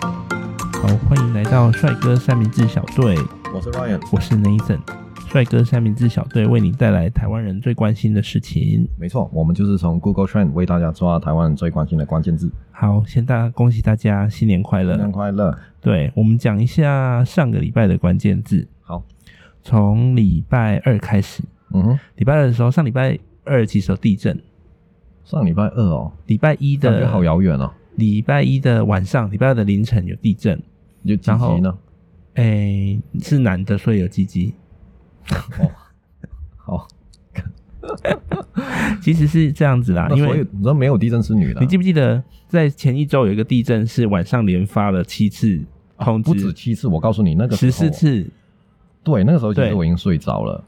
好，欢迎来到帅哥三明治小队，我是 Ryan，我是 Nathan。帅哥三明治小队为你带来台湾人最关心的事情。没错，我们就是从 Google Trend 为大家抓台湾人最关心的关键字。好，先大恭喜大家新年快新年乐！快乐！对我们讲一下上个礼拜的关键字，好，从礼拜二开始。嗯哼，礼拜二的时候，上礼拜二其实有地震，上礼拜二哦，礼拜一感觉的好遥远哦，礼拜一的晚上，礼拜二的凌晨有地震。有几然后级呢？诶、是男的，所以有鸡鸡。好，其实是这样子啦，那啊因所为以你知道没有地震是女的啊，你记不记得在前一周有一个地震是晚上连发了七次通哦不止知，七次，我告诉你，那个时十候哦四，次，对，那个时候其对实我已经睡着了。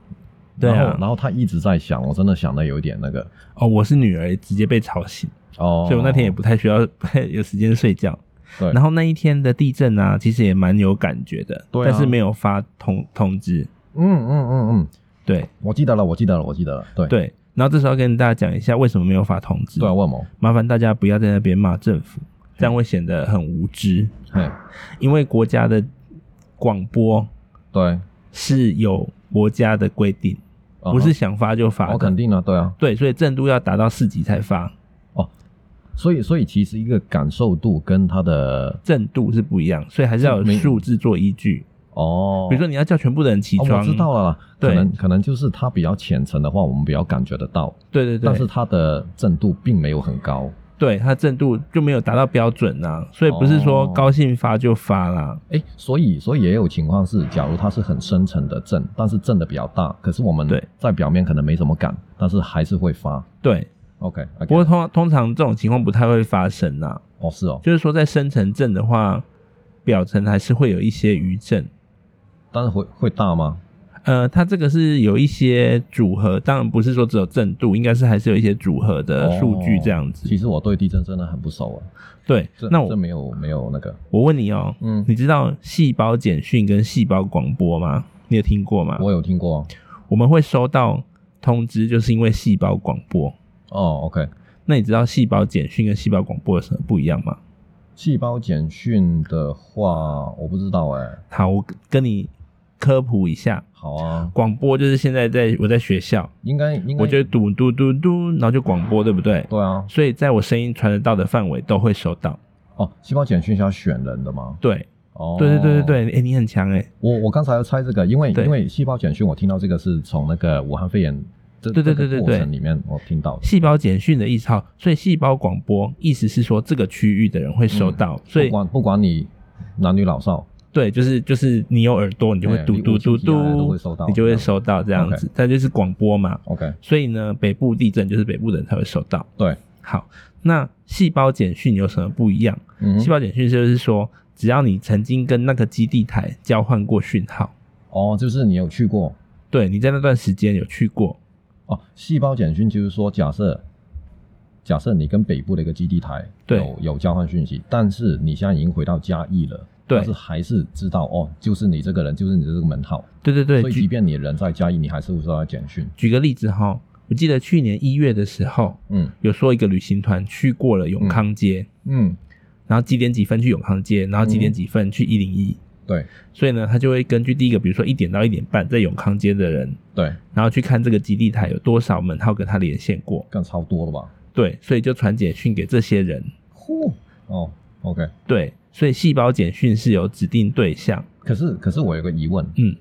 对然啊后，然后他一直在响，我真的想的有一点那个哦，我是女儿，直接被吵醒，哦，所以我那天也不太需要 有时间睡觉。对然后那一天的地震啊，其实也蛮有感觉的，对啊但是没有发通通知，嗯嗯嗯嗯，对我记得了，我记得了，我记得了，对对。然后这时候跟大家讲一下为什么没有发通知，对啊，问我，嗯麻烦大家不要在那边骂政府，这样会显得很无知，嘿，因为国家的广播对，是有国家的规定，嗯不是想发就发我的肯。定了，对啊，对，所以震度要达到四级才发，所以，所以其实一个感受度跟它的震度是不一样，所以还是要有是没数字做依据。哦，比如说你要叫全部的人起哦、床，我知道了啦，对可能可能就是它比较浅层的话，我们比较感觉得到，对对对，但是它的震度并没有很高。对它震度就没有达到标准啊，所以不是说哦高兴发就发啦。哎，所以所以也有情况是，假如它是很深层的震，但是震的比较大，可是我们对在表面可能没什么感，但是还是会发。对， OK，, o k 不过通通常这种情况不太会发生啦。哦是哦，就是说在深层震的话，表层还是会有一些余震。但是会会大吗？呃，它这个是有一些组合，当然不是说只有震度，应该是还是有一些组合的数据这样子。哦其实我对地震真的很不熟啊，对这，那这我没有没有那个，我问你哦、嗯，你知道细胞简讯跟细胞广播吗？你有听过吗？我我有听过啊们会收到通知，就是因为细胞广播。哦，OK。那你知道细胞简讯跟细胞广播有什么不一样吗？细胞简讯的话，我不知道哎、好，我跟你科普一下，好啊，广播就是现在在我在学校，应该应该，我就嘟嘟嘟嘟，然后就广播，对不对？对啊。所以在我声音传得到的范围都会收到。哦，细胞简讯是要选人的吗？对，哦，对对对对对，哎、你很强哎、我我刚才要猜这个，因为对因为细胞简讯，我听到这个是从那个武汉肺炎这对对这对个对过对程里面我听到的。细胞简讯的意思，好，所以细胞广播意思是说这个区域的人会收到，所不以管不管你男女老少，对，就是就是你有耳朵，你就会哎嘟你嘟无嘟形之中都嘟会收到，你就会收到这样子，它就是广播嘛。 OK，所以呢，北部地震就是北部的人才会收到。对，好，那细胞简讯有什么不一样？嗯细胞简讯就是说，只要你曾经跟那个基地台交换过讯号，哦，就是你有去过对你在那段时间有去过，哦，细胞简讯就是说假设。假设你跟北部的一个基地台对有有交换讯息，但是你现在已经回到嘉义了，对但哦是还是知道哦，就是你这个人，就是你的这个门号，对对对，所以举即便你人在嘉义，你还是会收到简讯。举个例子哈，我记得去年一月的时候，嗯有说一个旅行团去过了永康街，嗯，然后几点几分去永康街，然后几点几分去一零一，对所以呢，他就会根据第一个，比如说一点到一点半在永康街的人，对，然后去看这个基地台有多少门号跟他连线过，更超多了吧？对，所以就传简讯给这些人，呼哦，OK。对，所以细胞简讯是有指定对象，可是可是我有个疑问，嗯，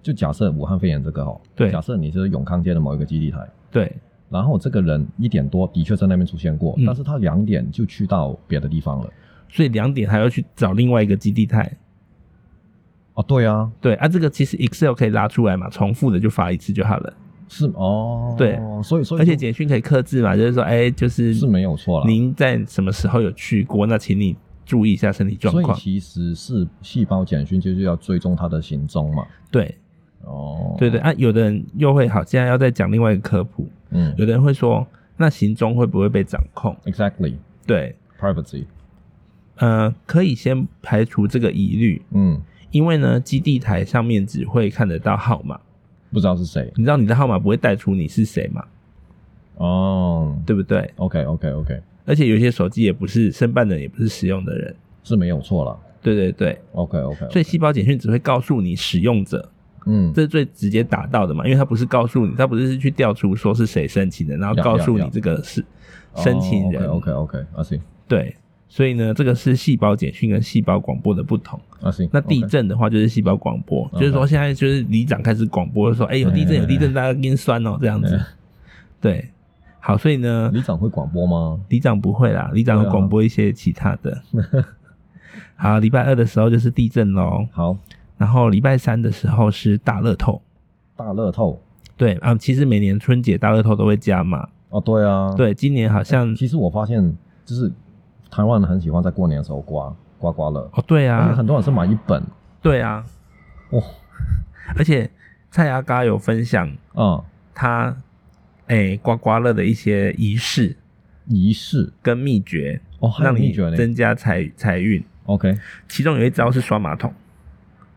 就假设武汉肺炎这个哈、哦，对假设你是永康街的某一个基地台，对然后这个人一点多的确在那边出现过，嗯但是他两点就去到别的地方了。所以两点还要去找另外一个基地台，哦，对啊，对啊，这个其实 Excel 可以拉出来嘛，重复的就发一次就好了。是哦，对，所以所以而且就简讯可以克制嘛，就是说，哎、就是是没有啊错了。您在什么时候有去过？那请你注意一下身体状所以况。其实是细胞简讯就是要追踪他的行踪嘛。对哦，对对啊，有的人又会好，现在要再讲另外一个科普，嗯有的人会说，那行踪会不会被掌控？ ，exactly 对， privacy，呃，可以先排除这个疑虑，嗯，因为呢，基地台上面只会看得到号码，不知道是谁。你知道你的号码不会带出你是谁嘛，哦对不对？ ，OK OK OK，而且有些手机也不是申办的，也不是使用的人，是没有错了。对对对， OK OK，所以细胞简讯只会告诉你使用者，嗯，这是最直接打到的嘛，因为它不是告诉你，它不是去调出说是谁申请的，然后呀告诉你呀呀这个是申请人。 OK OK OK，阿信对，所以呢，这个是细胞简讯跟细胞广播的不同。阿信，那地震的话就是细胞广播，就是说现在就是里长开始广播说，哎、嗯有地震，有地震，大家跟酸哦，这样子。对，好，所以呢，里长会广播吗？里长不会啦，里长会对啊广播一些其他 的。好，礼拜二的时候就是地震喽，好，然后礼拜三的时候是大乐透。大乐透对啊，其实每年春节大乐透都会加嘛。哦，对啊，，对，今年好像、其实我发现就是台湾人很喜欢在过年的时候刮刮刮乐，哦，对而且啊， 很多人是买一本，对啊，哇，而且蔡阿嘎有分享嗯，他诶、刮刮乐的一些仪式仪式跟秘诀，哦，还有让秘你诀呢增加财财运。 ，OK，其中有一招是刷马桶，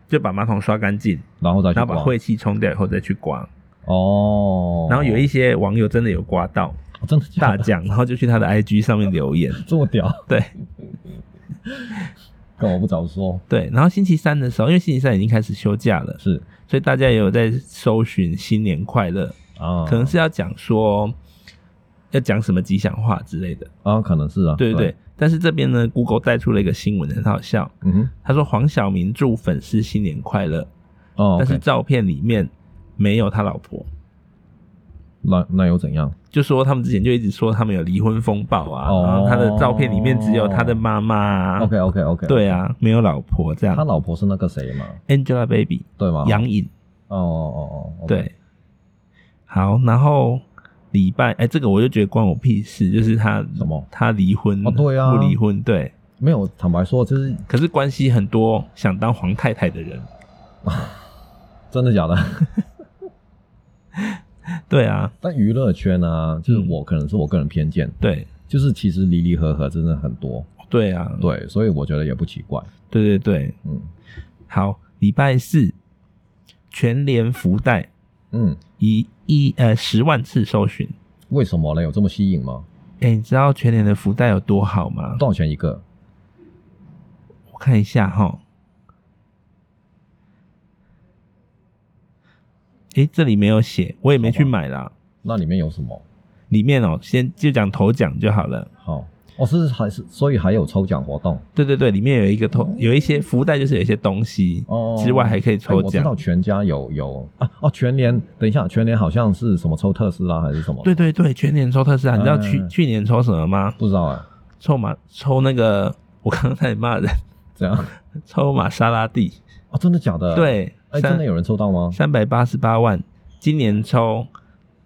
就把马桶刷干净，然后再去然后把刮，晦气冲掉以后再去刮。哦，然后有一些网友真的有刮到 哦真的假大的奖，然后就去 他的 IG 上面留 言。这么屌，对干嘛不早说？对，然后星期三的时候，因为星期三已经开始休假了，是所以大家也有在搜寻新年快乐，啊，可能是要讲说要讲什么吉祥话之类的，啊，可能是啊，对对对。，但是这边呢，Google 带出了一个新闻，很好笑。嗯哼，他说黄晓明祝粉丝新年快乐，哦，但是 OK，照片里面没有他老婆，那那又怎样？就说他们之前就一直说他们有离婚风暴啊，哦然后他的照片里面只有他的妈妈、啊 OK OK OK，对，啊，没有老婆这他啊样。老婆是那个谁嘛， Angelababy 对吗？杨颖哦哦哦哦，对，好，然后礼拜哎、这个我就觉得关我屁事，就是他什么他离婚哦对啊不离婚对，没有，坦白说，就是可是关系很多想当皇太太的人，真的假的。 对啊，但娱乐圈啊，就是嗯我可能是我个人偏见，对就是其实离离合合真的很多，对啊，对，所以我觉得也不奇怪。对对对，嗯好，礼拜四全联福袋嗯，一一呃十万次搜寻，为什么呢？有这么吸引吗？哎、你知道全联的福袋有多好吗？多少钱一个？我看一下哈。诶、这里没有写，我也没去买啦。那里面有什么？里面哦、先就讲头奖就好了。好，哦，是还是所以还有抽奖活动对对对，里面有一个头，有一些福袋，就是有一些东西、哦。之外还可以哎抽我知奖。道全家有有啊哦，全年等一下，全年好像是什么抽特斯拉还是什么？对，对对，全年抽特斯拉，你知道去、嗯去年抽什么吗？不知道哎、抽马抽那个，我刚刚差点骂人，怎样？抽玛莎拉蒂。哦，真的假的？，对，哎，真的有人抽到吗？三百八十八万，今年抽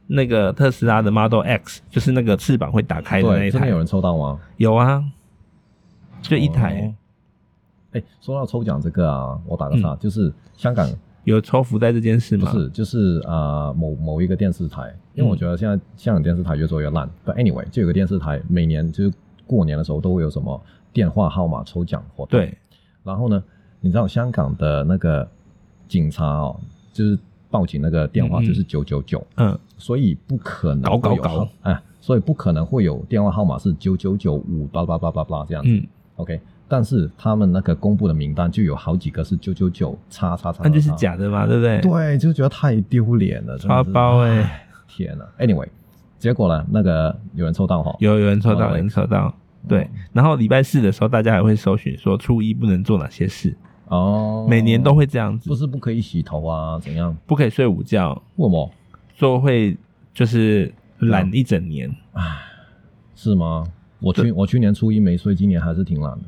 那个特斯拉的 Model X，就是那个翅膀会打开的那对，一真的台，有有人抽到吗？啊，就一台、哦哎、说到抽奖这个啊，我打嗯个岔，就是香港有抽福袋这件事不吗？是，就是啊、呃某某一个电视台，嗯因为我觉得现在香港电视台越做越烂。But anyway，就有个电视台每年就是过年的时候都会有什么电话号码抽奖活动。，对，然后呢，你知道香港的那个警察哦，就是报警那个电话嗯嗯就是九九九，嗯，所以不可能搞搞会有搞号哎，所以不可能会有电话号码是九九九五八八八八八这样子。嗯， OK，但是他们那个公布的名单就有好几个是九九九叉叉叉，那啊就是。假的嘛，对不对？啊对，啊就觉得太丢脸了，真刷的是包哎、天呐 Anyway，结果呢，那个有人抽到哈，有有人抽到，哦有人抽到。对，然后礼拜四的时候，大家还会搜寻说初一不能做哪些事，哦，每年都会这样子不，是不可以洗头啊，怎样？不可以睡午觉，为什么？做会就是嗯懒一整年。是吗？我去我去年初一没睡，今年还是挺懒的。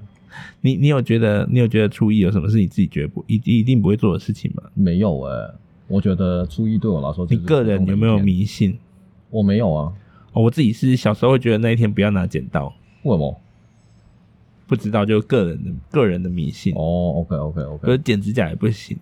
你你有觉得你有觉得初一有什么是你自己绝不一一定不会做的事情吗？没有哎、我觉得初一对我来说就你是个人有没有普通的一天？迷信？我没有啊，哦，我自己是小时候会觉得那一天不要拿剪刀，为什么？不知道就个人的个人的迷信，哦，OK OK 比如 OK，剪指甲也不行。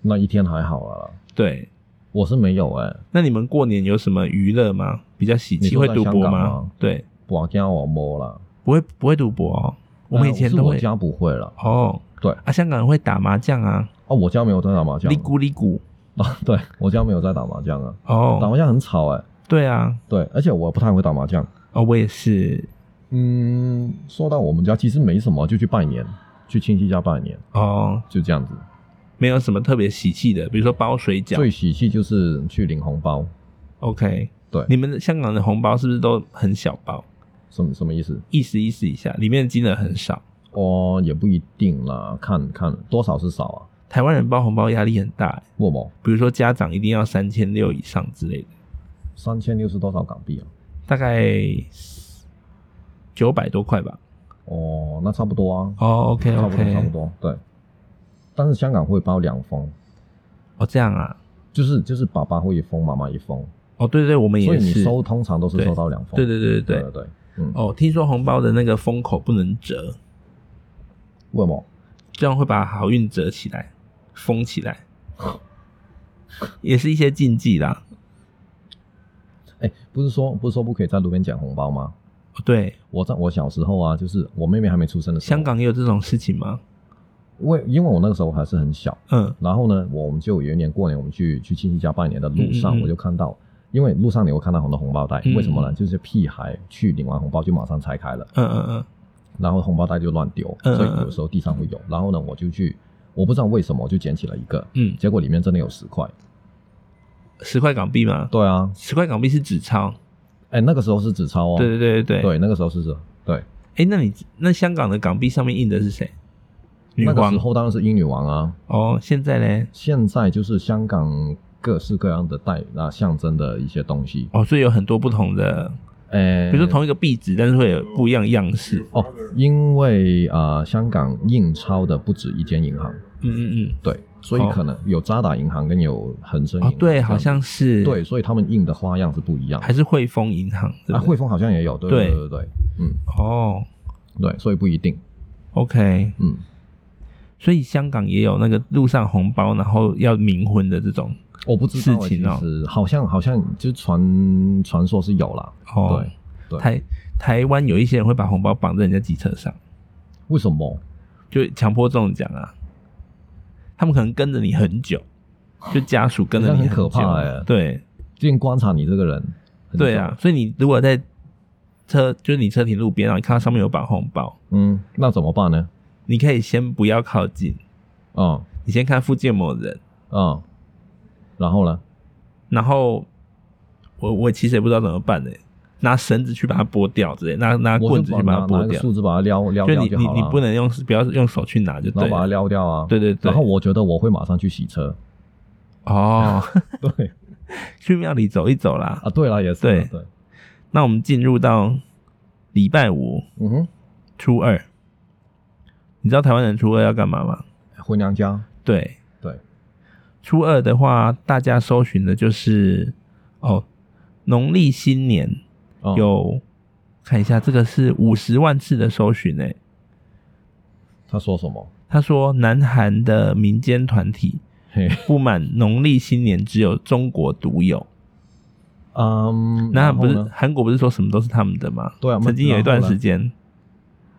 那一天还好啦，对，我是没有哎、那你们过年有什么娱乐吗？比较喜你气说会在赌博香港吗吗？对，我家我摸了，不会不会赌博哦。我们以前呃都是我会家不会了。哦，对啊，香港人会打麻将啊，哦，我家没有在打麻将哩咕哩咕。啊， 对我家没有在打麻将啊，打哦，麻将很吵哎、对啊，对，而且我不太会打麻将。哦，我也是。嗯，说到我们家其实没什么，就去拜年，去亲戚家拜年，哦，就这样子。没有什么特别喜气的，比如说包水饺最。喜气就是去领红包， OK，对你们香港的红包是不是都很小包？什么什么意思？意思意思一下，里面的金额很少。哦，也不一定啦，看看多少是少啊。台湾人包红包压力很大、欸，默默比如说家长一定要三千六以上之类的，三千六是多少港币啊？大概九百多块吧。哦，那差不多啊，哦，OK 差不多 OK，差不多，对。但是香港会包两封，哦，这样啊，就是就是爸爸会一封，妈妈一封，哦，对对，我们所以也你是。收通常都是对收到两封。对对对对对。对对，嗯，哦，听说红包的那个封口不能折，为什么？这样会把好运折起来，封起来，也是一些禁忌啦。哎，不是说不是说不可以在路边捡红包吗？哦，对，我在我小时候啊，就是我妹妹还没出生的时候，香，港也有这种事情吗？因为因为我那个时候还是很小，嗯，然后呢，我们就有一年过年，我们去去亲戚家拜年的路嗯上，嗯嗯我就看到，因为路上你会看到很多红包袋，嗯为什么呢？就是屁孩去领完红包就马上拆开了，嗯嗯嗯，然后红包袋就乱丢，嗯嗯嗯所以有时候地上会有。然后呢，我就去，我不知道为什么我就捡起了一个，嗯结果里面真的有十块。十块港币吗？对啊，十块港币是纸钞。哎，那个时候是纸钞哦，对对对对对。对那个时候是纸，对，哎，那你那香港的港币上面印的是谁？女那个王时。候当然是英女王啊。哦，现在嘞？现在就是香港各式各样的代那象征的一些东西，哦，所以有很多不同的，哎，比如说同一个壁纸，但是会有不一样的样式。哦，因为啊、呃香港印钞的不止一间银行，嗯嗯对，所以哦可能有渣打银行跟有恒生嗯。哦，银行这样子、对，好像是。对，，所以他们印的花样是不一样的。还是汇丰银行。对啊，不对汇丰好像也有，对对对对对对，嗯，哦对，所以不一定， ，OK，嗯，所以香港也有那个路上红包，然后要冥婚的这种。我不知道事欸，情哦其实好像好像就传传说是有啦，哦，对对台台湾有一些人会把红包绑在人家机车上，为什么？就强迫中奖啊。他们可能跟着你很久，就家属跟着你好像很可久怕欸对最近观察你这个人，很对啊，所以你如果在车，就是你车停路边，然后你看到上面有绑红包，久，嗯，那怎么办呢？你可以先不要靠近，嗯你先看附近有没有人。嗯，然后呢？然后我我其实也不知道怎么办呢、欸拿绳子去把它剥掉之类，拿拿我棍就子把去把它拿拿剥一个掉，树枝把它撩撩就掉你就你好了你啊。不能用不要用手去拿就然对后把它了，撩掉啊。对对对然后我觉得我会马上去洗车。哦， 对去庙里走一走啦 啊，。对了，也是啊对对，那我们进入到礼拜五嗯哼，初二，你知道台湾人初二要干嘛吗？回娘家。对，对，初二的话，大家搜寻的就是哦，农历新年嗯有、看一下，这个是五十万次的搜寻诶、他说什么？他说，南韩的民间团体嘿，不满农历新年只有中国独有。嗯，那然不后是呢？韩国不是说什么都是他们的吗？对啊曾经有一段时间，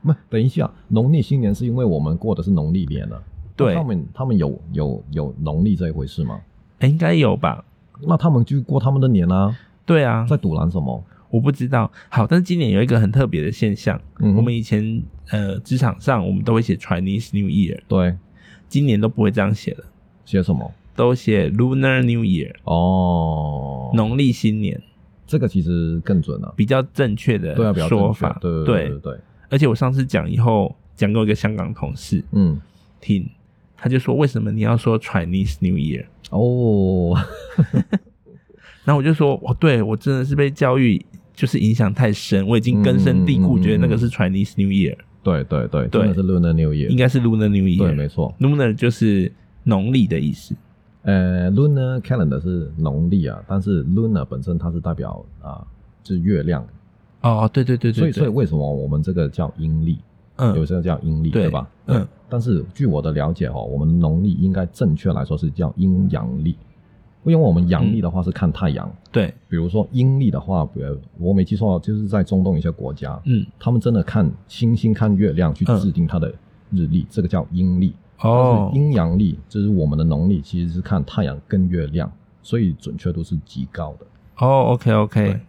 不，等一下，农历新年是因为我们过的是农历年了。对那他们他们有有有农历这一回事吗？哎、应该有吧？那他们就过他们的年啊，对啊，在赌拦什么？我不知道。好，但是今年有一个很特别的现象，嗯哼，我们以前呃职场上我们都会写 Chinese New Year，对今年都不会这样写了，写什么？都写 Lunar New Year，哦，农历新年这个其实更准了。比较正确的对啊，比较正说确法。对对对对，而且我上次讲以后，讲给我一个香港同事，嗯，听，他就说为什么你要说 Chinese New Year？哦， 然后我就说哦，对我真的是被教育就是影响太深，我已经根深蒂固，嗯嗯嗯觉得那个是 Chinese New Year，、对对对，对真的是 Lunar New Year，应该是 Lunar New 对，没 Year。错。 Lunar 就是农历的意思。呃，Lunar Calendar 是农历啊，但是 Lunar 本身它是代表啊，就是月亮，哦，对对对所对以所以对，为什么我们这个叫阴历，有嗯，时候叫阴历，对对吧？嗯，但是据我的了解哦，我们农历应该正确来说是叫阴阳历，因为我们阳历的话是看太阳，对，比如说阴历的话，比如我没记错，就是在中东一些国家，嗯，他们真的看星星、看月亮去嗯制定它的日历，这个叫阴历。但哦是，阴阳历就是我们的农历，其实是看太阳跟月亮，所以准确度是极高的。哦，OK OK，对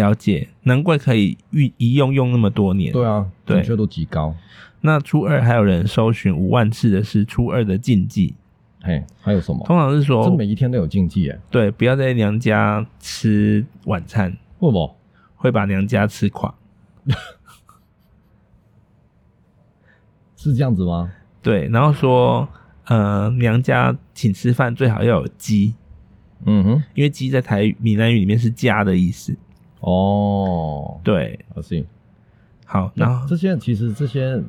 了解，难怪可以运一用用那么多年。对啊，对准确度极高。那初二还有人搜寻五万次的是初二的禁忌，嘿，还有什么？通常是哦这说每一天都有禁忌耶？对，不要在娘家吃晚餐，为什么？会把娘家吃垮。是这样子吗？对，然后说呃娘家请吃饭最好要有鸡，嗯哼，因为鸡在台闽南语里面是家的意思。哦，对，我信。好，然那后这些其实这些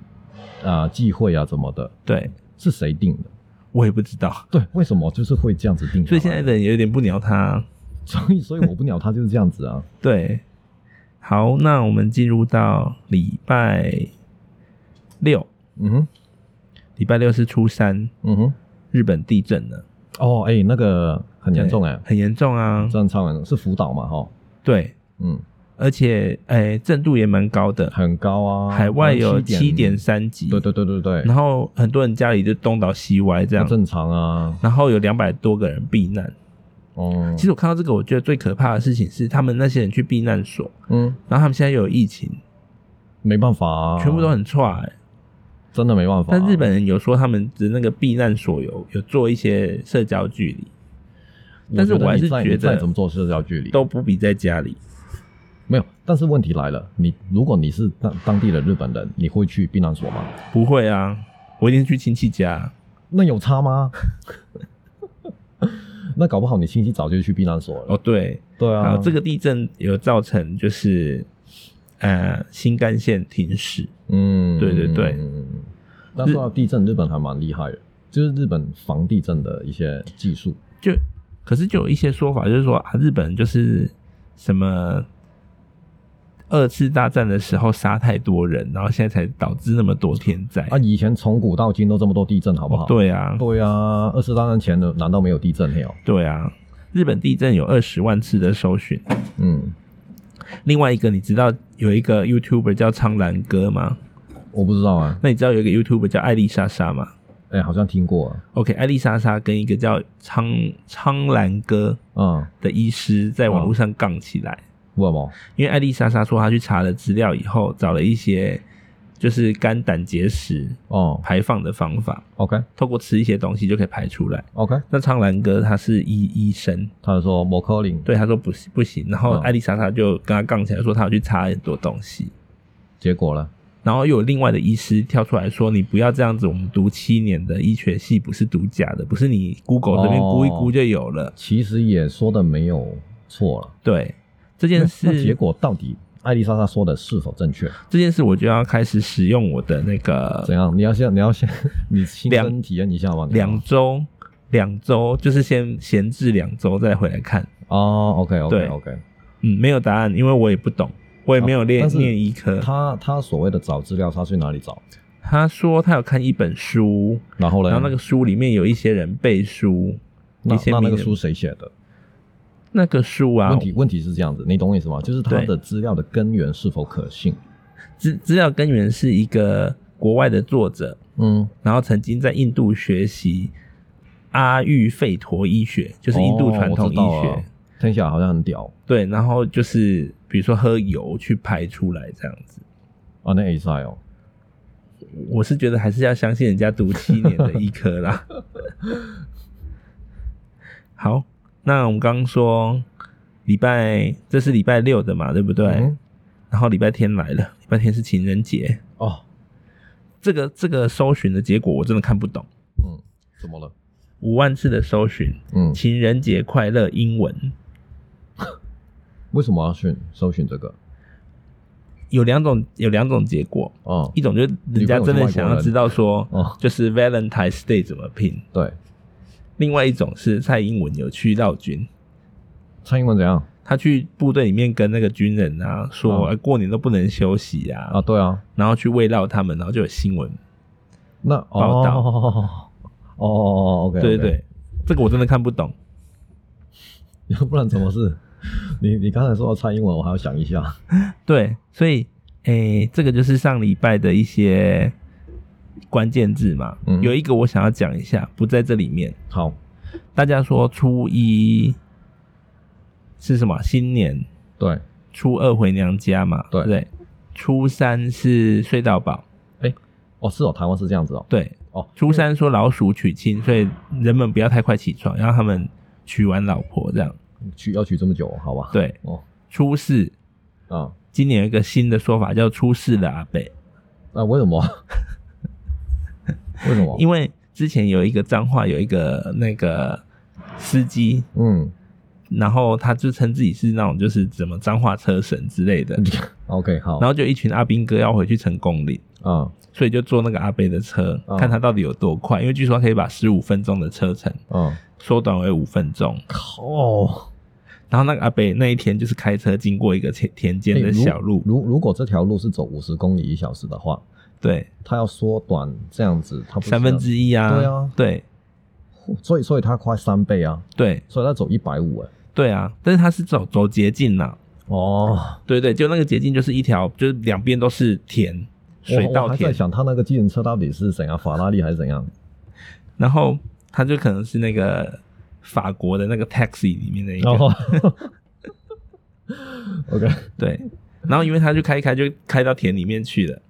啊、忌讳啊怎么的，对是谁定的？我也不知道，对，为什么就是会这样子定下来？所以现在的人有点不鸟他。所以所以我不鸟他就是这样子啊。对，好，那我们进入到礼拜六，嗯哼，礼拜六是初三，嗯哼，日本地震了，哦，哎、那个很严重哎、很严重啊。这样超严重，是福岛嘛哈，对，嗯，而且哎，震度也蛮高的，很高啊，海外有七七点，三级。对对对对对，然后很多人家里就东倒西歪这样那，正常啊，然后有两百多个人避难。哦，其实我看到这个，我觉得最可怕的事情是，他们那些人去避难所，嗯，然后他们现在又有疫情，没办法、啊，全部都很差、欸。真的没办法、啊但日本人有说他们的那个避难所有有做一些社交距离，觉得但是我还是你再觉得你再怎么做社交距离都不比在家里。没有。但是问题来了，你如果你是当当地的日本人，你会去避难所吗？不会啊，我一定去亲戚家。那有差吗？ 那搞不好你亲戚早就去避难所了。哦，对，对然啊，后这个地震有造成就是呃新干线停驶，嗯，对对对嗯嗯嗯嗯那说到地震，日本还蛮厉害的，就是日本防地震的一些技术。就可是就有一些说法，就是说啊，日本就是什么二次大战的时候杀太多人，然后现在才导致那么多天灾。啊，以前从古到今都这么多地震，好不好？哦，对啊，对啊，二次大战前的难道没有地震没有？对啊，日本地震有二十万次的搜寻。嗯，另外一个，你知道有一个 YouTuber 叫苍兰哥吗？我不知道啊，那你知道有一个 YouTuber 叫艾丽莎莎吗哎、好像听过啊， ？OK，艾丽莎莎跟一个叫苍苍兰哥嗯，的医师在网络上杠起来。为什么？因为艾丽莎莎说她去查了资料以后，找了一些就是肝胆结石哦排放的方法， ，OK 透过吃一些东西就可以排出来。 OK，那苍兰哥他是医医生，他就说 m o c o l i n 对他说不行不行，然后哦艾丽莎莎就跟他杠起来，说她有去查很多东西，结果呢？然后又有另外的医师跳出来说你不要这样子，我们读七年的医学系不是读假的，不是你 Google 这边哦估一估就有了。其实也说的没有错了，对这那件哦那结事，果到底艾丽莎莎说的是否正确？这件事我就要开始使用我的那个怎样？你要先，你要先， 你亲两身体验一下吗？你两周，两周就是先闲置两周再回来看。哦，OK OK 对 OK，嗯，没有答案，因为我也不懂，我也没有练、哦但是念医科。他他所谓的找资料，他去哪里找？他说他有看一本书，然后呢？然后那个书里面有一些人背书，那一些那那名个人书谁写的？那个书啊问，题问题是这样子，你懂我意思吗？就是它对的资料的根源是否可信？资资料根源是一个国外的作者，嗯，然后曾经在印度学习阿育吠陀医学，就是印度传统医哦我知学。道了听起来好像很屌对，然后就是比如说喝油去排出来这样子。啊，那 A 赛哦，我是觉得还是要相信人家读七年的医科 啦。好，那我们刚刚说礼拜这是礼拜六的嘛，对不对？嗯然后礼拜天来了，礼拜天是情人节。哦，这个这个搜寻的结果我真的看不懂，嗯，怎么了？五万次的搜寻，嗯，情人节快乐英文为什么要选搜寻这个？有两种有两种结果，哦一种就是人家真的想要知道说，哦，就是 Valentine's Day 怎么拼，对，另外一种是蔡英文有去绕军。蔡英文怎样他去部队里面跟那个军人啊说，嗯呃过年都不能休息啊，啊？对啊，然后去慰劳他们，然后就有新闻。那报道哦哦哦，OK，对对对，这个我真的看不懂。要 不然怎么是？你你刚才说到蔡英文，我还要想一下。对，所以诶、这个就是上礼拜的一些关键字嘛。嗯有一个我想要讲一下，不在这里面。好，大家说初一是什么？新年，对，初二回娘家嘛，对不对，初三是睡到饱，哦，是哦，台湾是这样子哦。对，哦，初三说老鼠娶亲，所以人们不要太快起床，让他们娶完老婆这样。取要取这么久哦，好吧？，对，哦，初四啊，今年有一个新的说法叫初四的阿北，那啊为 什么？为什么？因为之前有一个脏话，有一个那个司机，嗯然后他就称自己是那种就是怎么脏话车神之类嗯的， ，OK，好然，后就一群阿兵哥要回去成功岭。啊所以就坐那个阿贝的车，嗯看他到底有多快。因为据说可以把十五分钟的车程啊，缩短为五分钟。靠！然后那个阿贝那一天就是开车经过一个田田间哎的如小路，如如果这条路是走五十公里一小时的话，对，它要缩短这样子，它不是三分之一啊，对啊对这样，所以所以它快三倍啊，对所以它走一百五哎。对啊。但是他是走走捷径啦、哦，对对，就那个捷径就是一条，就是两边都是田，水我我稻还在田，想它那个计程车到底是怎样，法拉利还是怎样？然后他就可能是那个法国的那个 taxi 里面的一个，然后 ，OK，对。然后因为他就开一开就开到田里面去 了，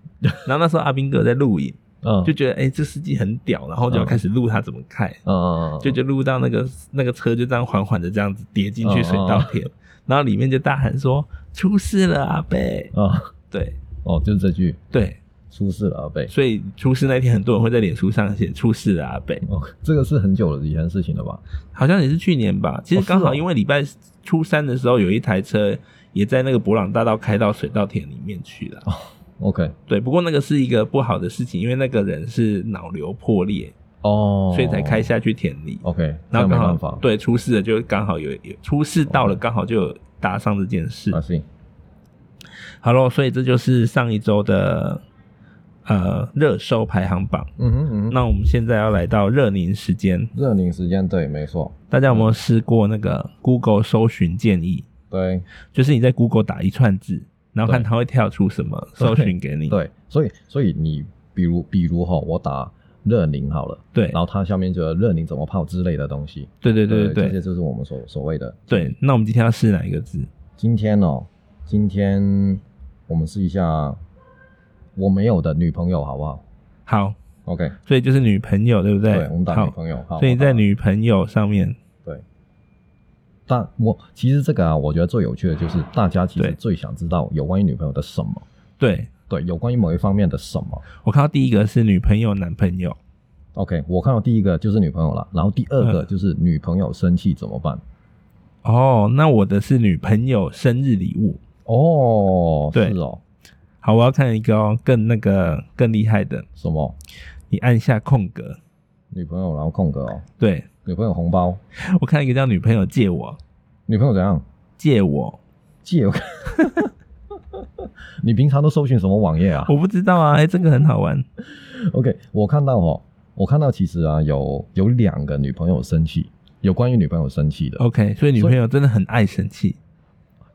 然后那时候阿兵哥在录影。嗯，就觉得哎、诶这司机很屌，然后就要开始录他怎么开，嗯，就就录到那个那个车就这样缓缓的这样子跌进嗯去水稻田，然后里面就大喊说出事了阿贝，啊，对哦，就是这句对，出事了呗。所以出事那天很多人会在脸书上写出事了阿贝，哦，这个是很久以前的事情了吧？好像也是去年吧，其实哦是刚好哦因为礼拜初三的时候有一台车也在那个博朗大道开到水稻田里面去了，哦 OK，对，不过那个是一个不好的事情，因为那个人是脑瘤破裂，哦，所以才开下去田里。 OK，这然后样没刚好办法，哦对出事了，就刚好有有出事到了，刚好就有搭上这件事啊，。行，好咯，所以这就是上一周的呃热搜排行榜。嗯哼嗯哼，那我们现在要来到热凝时间，热凝时间对，没错，大家有没有试过那个 Google 搜寻建议？对就是你在 Google 打一串字，然后看对它会跳出什么对搜寻给你。对，所以所以你比如比如哈，我打热凝好了，对然后它下面就有热凝怎么泡之类的东西，对对对这对些对就是我们所所谓的。对。那我们今天要试哪一个字？今天哦，今天我们试一下我没有的女朋友好不好好， ？OK，所以就是女朋友，对不对？对，我们打女好，朋友，好，所以我打在女朋友上面，对。但我其实这个啊，我觉得最有趣的就是大家其对实最想知道有关于女朋友的什么，对对，有关于某一方面的什么。我看到第一个是女朋友、男朋友。 OK，我看到第一个就是女朋友了，然后第二个嗯就是女朋友生气怎么办？哦，那我的是女朋友生日礼物。哦，对是哦，好，我要看一个哦，更那个更厉害的，什么你按下空格。女朋友，然后空格哦，对女朋友红包，我看一个叫女朋友借我女朋友怎样借我，借我？ 你平常都搜寻什么网页啊我不知道啊，哎、这个很好玩。 ？OK，我看到哦，我看到其实啊，有有两个女朋友生气，有关于女朋友生气的。 OK，所以女朋友真的很爱生气，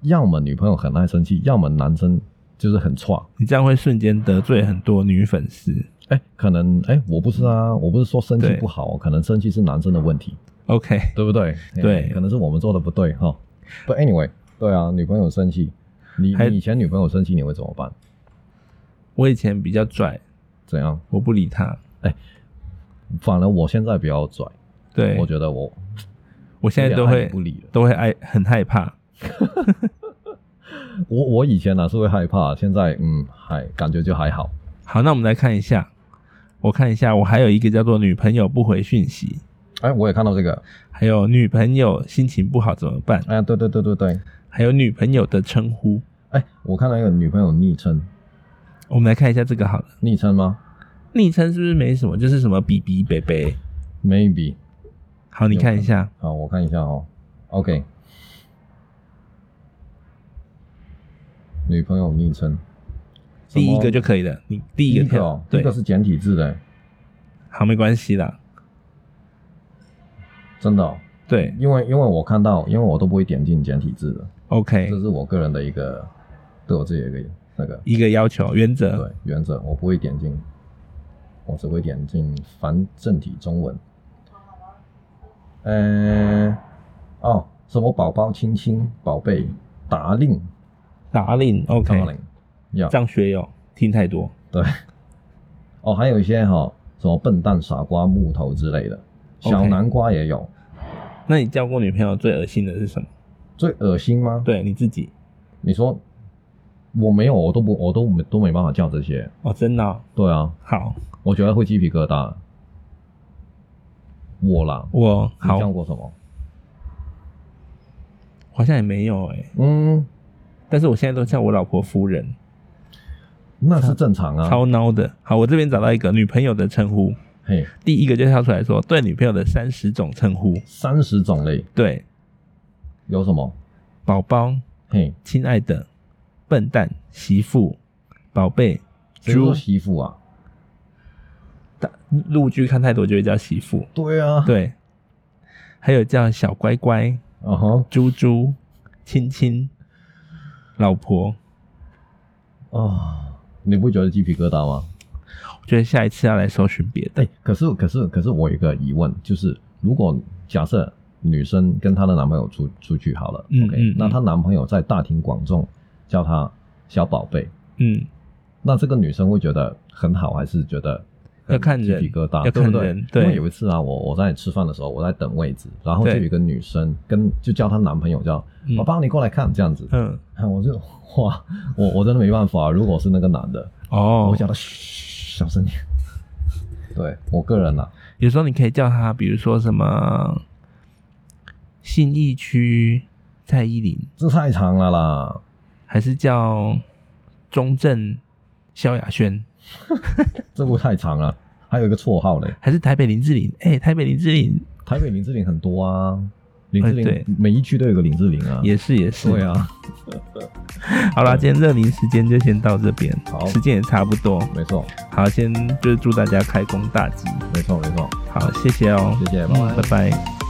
要么女朋友很爱生气，要么男生就是很差。你这样会瞬间得罪很多女粉丝。哎，可能哎，我不是啊，我不是说生嗯气对不好，可能生气是男生的问题， OK，对不对？哎对可能是我们做的不对哈。But anyway，对啊，女朋友生气，你还你以前女朋友生气你会怎么办？我以前比较拽，怎样？我不理她。反而我现在比较拽，对，我我觉得我现在都有点爱理会不理了。都会爱很害怕。我我以前啊是会害怕，现在嗯还感觉就还好。好，那我们来看一下，我看一下，我还有一个叫做女朋友不回讯息。哎，我也看到这个，还有女朋友心情不好怎么办？哎，对对对对对，还有女朋友的称呼，哎，我看到一个女朋友昵称，我们来看一下这个好了。昵称吗昵称是不是没什么？就是什么 “bb” 贝贝。 ？Maybe，好，你看一下，好，我看一下哦。OK，女朋友昵称，第一个什么就可以了。你第第一一个个跳哦，，第一对个，是简体字的，好，没关系啦。真的、哦。对因为因为我看到，因为我都不会点进简体字的， ，OK，这是我个人的一个对我自己的一个那个一个要求原则。对原则，我不会点进，我只会点进繁正体中文。呃，哦，什么宝宝、亲亲、宝贝、达令、达令，OK，当然，要张学友听太多， 对。哦，还有一些哈、什么笨蛋、傻瓜、木头之类的，小 OK 南瓜也有。那你交过女朋友最恶心的是什么？最恶心吗？，对你自己你说我没有，我都不，我都没都没办法叫这些。哦，真的哦、对啊，好，我觉得会鸡皮疙瘩。我啦，我你好，叫我过什么？好像也没有哎、嗯，但是我现在都叫我老婆夫人，那是正常啊。超孬的。好，我这边找到一个女朋友的称呼，嘿，第一个就跳出来说对女朋友的三十种称呼，三十种类对，有什么？宝宝、嘿，亲爱的、笨蛋、媳妇、宝贝、谁说猪。媳妇啊？大陆剧看太多就会叫媳妇，对啊，，对，还有叫小乖乖、嗯哼，猪猪、亲亲、老婆。啊，你不觉得鸡皮疙瘩吗？我觉得下一次要来搜寻别的。哎，可是可是可是，我有一个疑问，就是如果假设女生跟她的男朋友出出去好了、嗯 o k 嗯那嗯她男朋友在大庭广众叫她小宝贝，嗯，那这个女生会觉得很好，还是觉得很要看人鸡皮疙瘩，要看对不对人对因为有一次啊，我我在吃饭的时候，我在等位置，然后就对有一个女生跟就叫她男朋友叫嗯宝宝，你过来看这样子，嗯， 我就哇，我我真的没办法，啊如果是那个男的，哦我，叫他嘘，小声点。对我个人啊，有时候你可以叫他，比如说什么信义区蔡依林，这太长了啦。还是叫中正萧亚轩，这部太长了，还有一个绰号嘞，还是台北林志玲？哎、台北林志玲台北林志玲很多啊，林志玲、哎对每一区都有个林志玲啊，也是也是。对啊，好啦，今天热林时间就先到这边，好时间也差不多。没错，好，先就是祝大家开工大吉。没错，没错。好，谢谢哦，谢谢嗯拜拜拜拜